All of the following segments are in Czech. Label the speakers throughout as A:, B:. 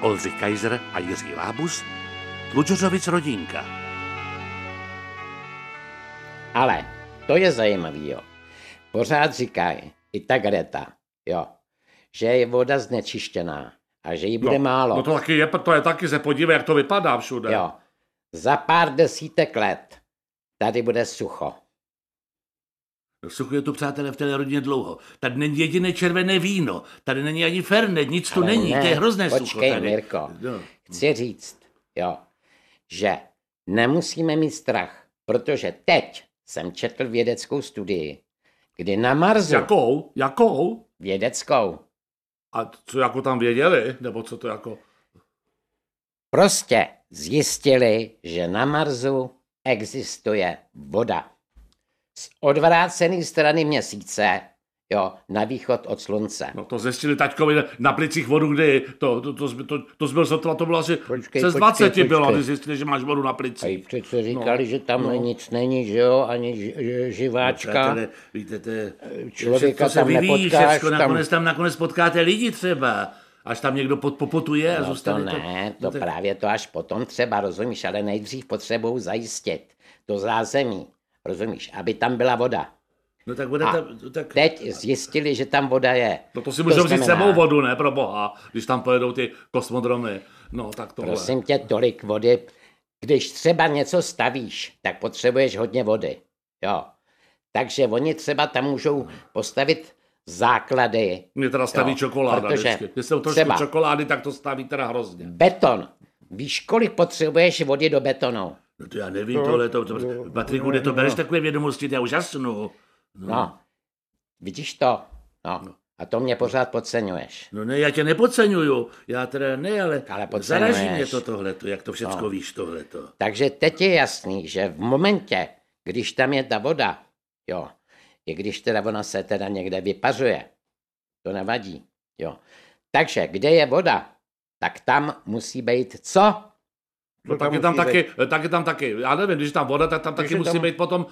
A: Oldřich Kaiser a Jiří Lábus, Tlučořovic rodinka.
B: Ale to je zajímavý, jo. Pořád říkají, i ta Greta, jo, že je voda znečištěná a že jí bude málo.
C: No to taky je, to je taky, se podívej, jak to vypadá všude.
B: Jo. Za pár desítek let tady bude sucho.
A: Sucho je tu, přátelé, v té rodině dlouho. Tady není jediné červené víno, tady není ani fernet, nic tu
B: Ale
A: není,
B: ne,
A: to je hrozné sucho
B: počkej,
A: tady.
B: Mirko.
A: No.
B: Chci říct, jo, že nemusíme mít strach, protože teď jsem četl vědeckou studii, kdy na Marsu,
A: Jako-
C: Jakou? Jakou?
B: vědeckou,
C: A co jako tam věděli? Nebo co to jako...
B: prostě zjistili, že na Marsu existuje voda. Z odvrácené strany měsíce, jo, na východ od slunce.
C: No to zjistili taťkovi na plicích vodu, kdy to, to, to, to, to, to, to, to, to bylo asi
B: Počkej,
C: přes
B: počkej,
C: 20 bylo,
B: počkej.
C: aby zjistili, že máš vodu na
B: A i
C: plicích.
B: přece říkali, že tam
C: no.
B: nic není, že jo, ani ž, ž, živáčka.
A: Přátelé, víte, to je,
B: Eh, člověka
A: všechno se
B: tam
A: vyvíjí,
B: nepotkáš,
A: všechno,
B: tam-
A: nakonec tam nakonec potkáte lidi třeba. Až tam někdo pod, popotuje a
B: No to
A: zůstane
B: ne, to
A: no tak-
B: právě to až potom třeba, rozumíš, ale nejdřív potřebují zajistit to zázemí, rozumíš, aby tam byla voda.
A: No tak bude
B: A
A: tam, tak...
B: Teď zjistili, že tam voda je.
C: No to si můžou vzít
B: znamená,
C: sebou vodu, ne, pro boha, když tam pojedou ty kosmodromy. No tak tohle.
B: Prosím tě, tolik vody. Když třeba něco stavíš, tak potřebuješ hodně vody. Jo. Takže oni třeba tam můžou postavit základy.
C: Mě teda staví
B: Jo,
C: čokoláda
B: protože
C: vždycky. Když jsem trošku
B: třeba-
C: čokolády, tak to staví teda hrozně.
B: Beton. Víš, kolik potřebuješ vody do betonu?
A: No to já nevím, tohle to... to Patriku, kde to bereš takové vědomosti, to já úžasnu.
B: No. Vidíš to? No. A to mě pořád podceňuješ.
A: No ne, já tě nepodceňuju, já teda ne, ale,
B: Ale podceňuješ.
A: zaraží mě to tohleto, jak to všecko no. víš tohleto.
B: Takže teď je jasný, že v momentě, když tam je ta voda, jo, i když teda ona se teda někde vypařuje, to nevadí, jo. Takže kde je voda, tak tam musí být co?
C: No,
D: tam
C: tak je tam
D: musí
C: taky, tak je tam taky, já nevím, když je tam voda, tak tam taky
D: je
C: musí
D: tam-
C: být potom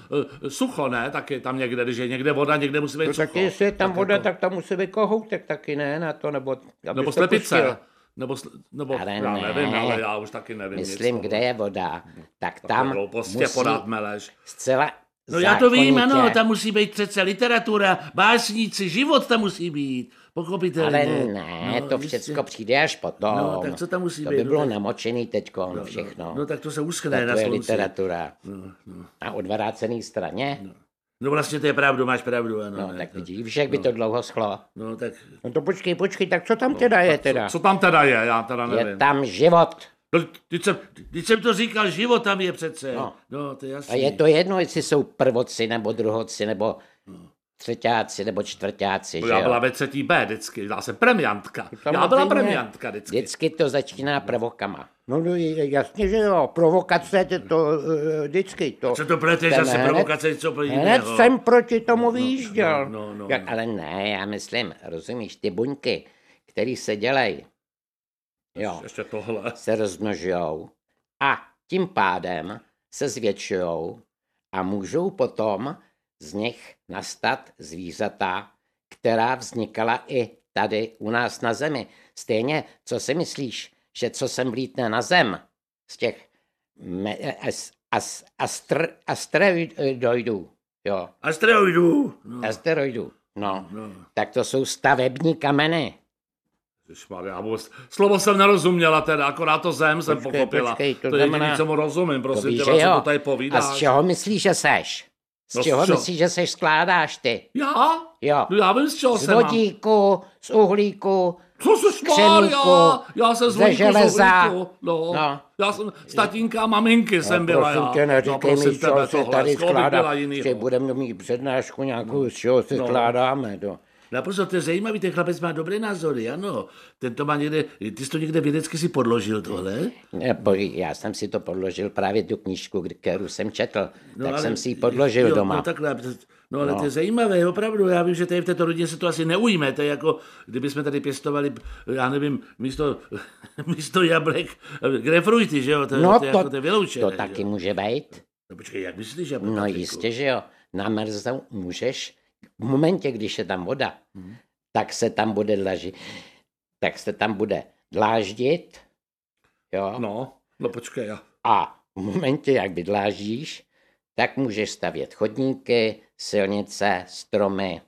C: eh, sucho, ne? Taky tam někde, když je někde voda, někde musí být
D: No
C: sucho.
D: tak jestli je tam
C: Tak
D: voda,
C: jako-
D: tak tam musí být kohoutek taky, ne? Na to, nebo... aby
C: Nebo
D: se to pustil.
C: slepice. Nebo, sl- nebo
B: Ale
C: já
B: ne.
C: nevím, ale já už taky nevím.
B: Myslím,
C: nic,
B: kde je voda, tak
C: Takové
B: tam
C: no. Hlouposti
B: musí
C: podat meleš.
B: zcela
A: No já to vím,
B: zákonitě-
A: ano, tam musí být přece literatura, básníci, život tam musí být, pochopitelně.
B: Ale ne,
A: No,
B: to
A: jistě.
B: všecko přijde až potom.
A: No, tak co tam musí
B: to
A: být?
B: by
A: No,
B: bylo
A: tak-
B: namočený teďko, no, všechno.
A: No tak to se
B: to
A: uschne
B: je
A: na slunci.
B: literatura.
C: No,
B: Na odvrácený straně?
A: No vlastně to je pravdu, máš pravdu, ano.
B: No,
A: ne,
B: tak
A: to,
B: vidíš, víš, jak by to dlouho schlo.
A: no tak,
D: No to počkej, počkej, tak co tam
A: No,
D: teda je teda?
C: Co tam teda je, já teda
B: Je
C: nevím.
B: tam život.
A: no, teď, jsem, teď jsem to říkal, život tam je přece. No,
B: No.
A: no to je
B: A
A: jasný.
B: je to jedno, jestli jsou prvoci, nebo druhoci, nebo
A: No.
B: třetíáci, nebo čtvrtáci, že
C: Já byla
B: jo?
C: ve třetí B vždycky, já jsem premiantka. Já byla
D: Samozřejmě.
C: premiantka vždycky.
B: Vždycky to začíná prvokama.
D: No no, je- je jasně, že jo, provokace, to, to eh, vždycky to.
A: Co to pleteš
B: Ten
A: zase
B: hned-
A: provokace, něco pro
D: Hned
A: jiného.
D: jsem proti tomu vyjížděl.
A: No, no,
D: Jak-
A: no.
B: Ale ne, já myslím, rozumíš, ty buňky, které se dělají, jo,
C: Ještě tohle.
B: se rozmnožují a tím pádem se zvětšují a můžou potom z nich nastat zvířata, která vznikala i tady u nás na zemi. Stejně, co si myslíš, že co sem vlítne na zem z těch me, as, as, astr, asteroidů, jo,
A: Asteroidů. No,
B: asteroidů, no,
A: no.
B: tak to jsou stavební kameny.
C: Ježišmarja, já vůbec... Slovo jsem nerozuměla teda, akorát to zem jsem
D: Počkej,
C: pochopila.
D: počkej, to
C: to je jediný,
D: znamená-
C: co mu rozumím,
B: To
C: prosím
B: No víš,
C: tě,
B: že
C: co
B: jo.
C: to tady
B: A
C: povídáš.
B: z čeho myslíš, že seš? Z
C: No z
B: čeho
C: čeho?
B: myslíš, že seš skládáš ty?
C: Já?
B: Jo.
C: No já vím, z čeho
B: Z
C: jsem. mám.
B: vodíku, z uhlíku.
C: Co se
B: křemíku,
C: šmárja? Já jsem z
B: ze
C: vodíku,
B: železa.
C: z uhlíku. No.
B: No.
C: Já jsem z tatínka a maminky jsem byla
D: Prosím
C: já.
D: tě,
C: no,
D: neříkej
C: prosím
D: mi,
C: tebe
D: co se
C: tohle,
D: tady
C: z koho bych byla no?
D: skládá.
C: jinýho?
A: no.
D: Ještě budeme mít přednášku nějakou, z čeho se skládáme.
B: no.
D: To.
A: Naprosto, No, to je zajímavý, ten chlapec má dobré názory, ano. Ten to má někde, ty jsi to někde vědecky si podložil tohle?
B: Ne, bo- Já jsem si to podložil právě tu knížku, kdy- kterou jsem četl.
C: No,
B: tak
A: No, ale-
B: jsem si ji podložil
A: jo,
B: doma.
A: No, takhle, no ale no. to je zajímavé, opravdu. Já vím, že tady v této rodině se to asi neujme. To je jako, kdybychom tady pěstovali, já nevím, místo, místo jablek, grefruity, že jo? To,
B: no
A: to, je
B: to,
A: jako, to je vyloučené.
B: to
A: že
B: taky
A: jo?
B: může být.
A: No, počkej, jak myslíš, jablek?
B: No
A: Patriku?
B: jistě, že jo. Na mrzou můžeš, v
D: Hmm.
B: momentě, když je tam voda, tak se tam bude laži, tak se tam bude dláždit, jo,
A: No, no počkej, já.
B: a v momentě, jak vydláždíš, tak můžeš stavět chodníky, silnice,
D: No,
B: stromy.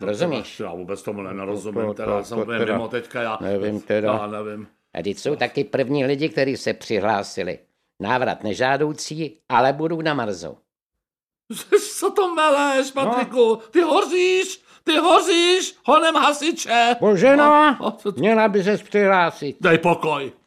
B: Rozumíš?
A: no, Já vůbec tomu
D: To-
A: nerozumím,
D: to-
A: teda
D: to-
A: jsem
D: to
A: úplně
D: teda
A: mimo teďka, já
D: nevím teda.
A: Já nevím.
B: A teď jsou taky první lidi, kteří se přihlásili. Návrat nežádoucí, ale budou na Marzu.
A: Co to meleš,
D: No.
A: Patriku? Ty hoříš, ty hoříš, honem hasiče.
D: Boženo,
A: A- a co-
D: měla No. by ses přihlásit.
A: Dej pokoj.